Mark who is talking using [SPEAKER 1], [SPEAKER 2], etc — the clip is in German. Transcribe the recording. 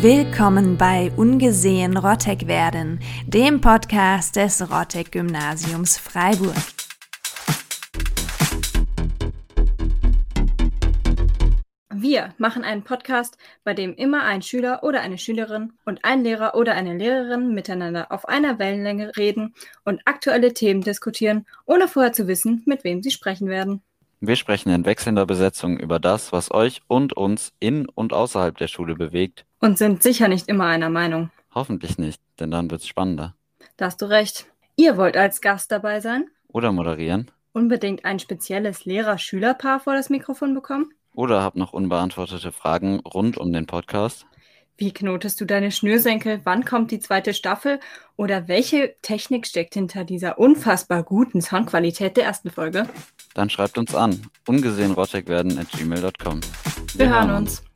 [SPEAKER 1] Willkommen bei Ungesehen Rottek werden, dem Podcast des Rottek Gymnasiums Freiburg.
[SPEAKER 2] Wir machen einen Podcast, bei dem immer ein Schüler oder eine Schülerin und ein Lehrer oder eine Lehrerin miteinander auf einer Wellenlänge reden und aktuelle Themen diskutieren, ohne vorher zu wissen, mit wem sie sprechen werden.
[SPEAKER 3] Wir sprechen in wechselnder Besetzung über das, was euch und uns in und außerhalb der Schule bewegt.
[SPEAKER 2] Und sind sicher nicht immer einer Meinung.
[SPEAKER 3] Hoffentlich nicht, denn dann wird's spannender.
[SPEAKER 2] Da hast du recht. Ihr wollt als Gast dabei sein?
[SPEAKER 3] Oder moderieren?
[SPEAKER 2] Unbedingt ein spezielles Lehrer-Schüler-Paar vor das Mikrofon bekommen?
[SPEAKER 3] Oder habt noch unbeantwortete Fragen rund um den Podcast?
[SPEAKER 2] Wie knotest du deine Schnürsenkel? Wann kommt die zweite Staffel? Oder welche Technik steckt hinter dieser unfassbar guten Soundqualität der ersten Folge?
[SPEAKER 3] Dann schreibt uns an. Ungesehen werden at gmail.com.
[SPEAKER 2] Wir hören uns.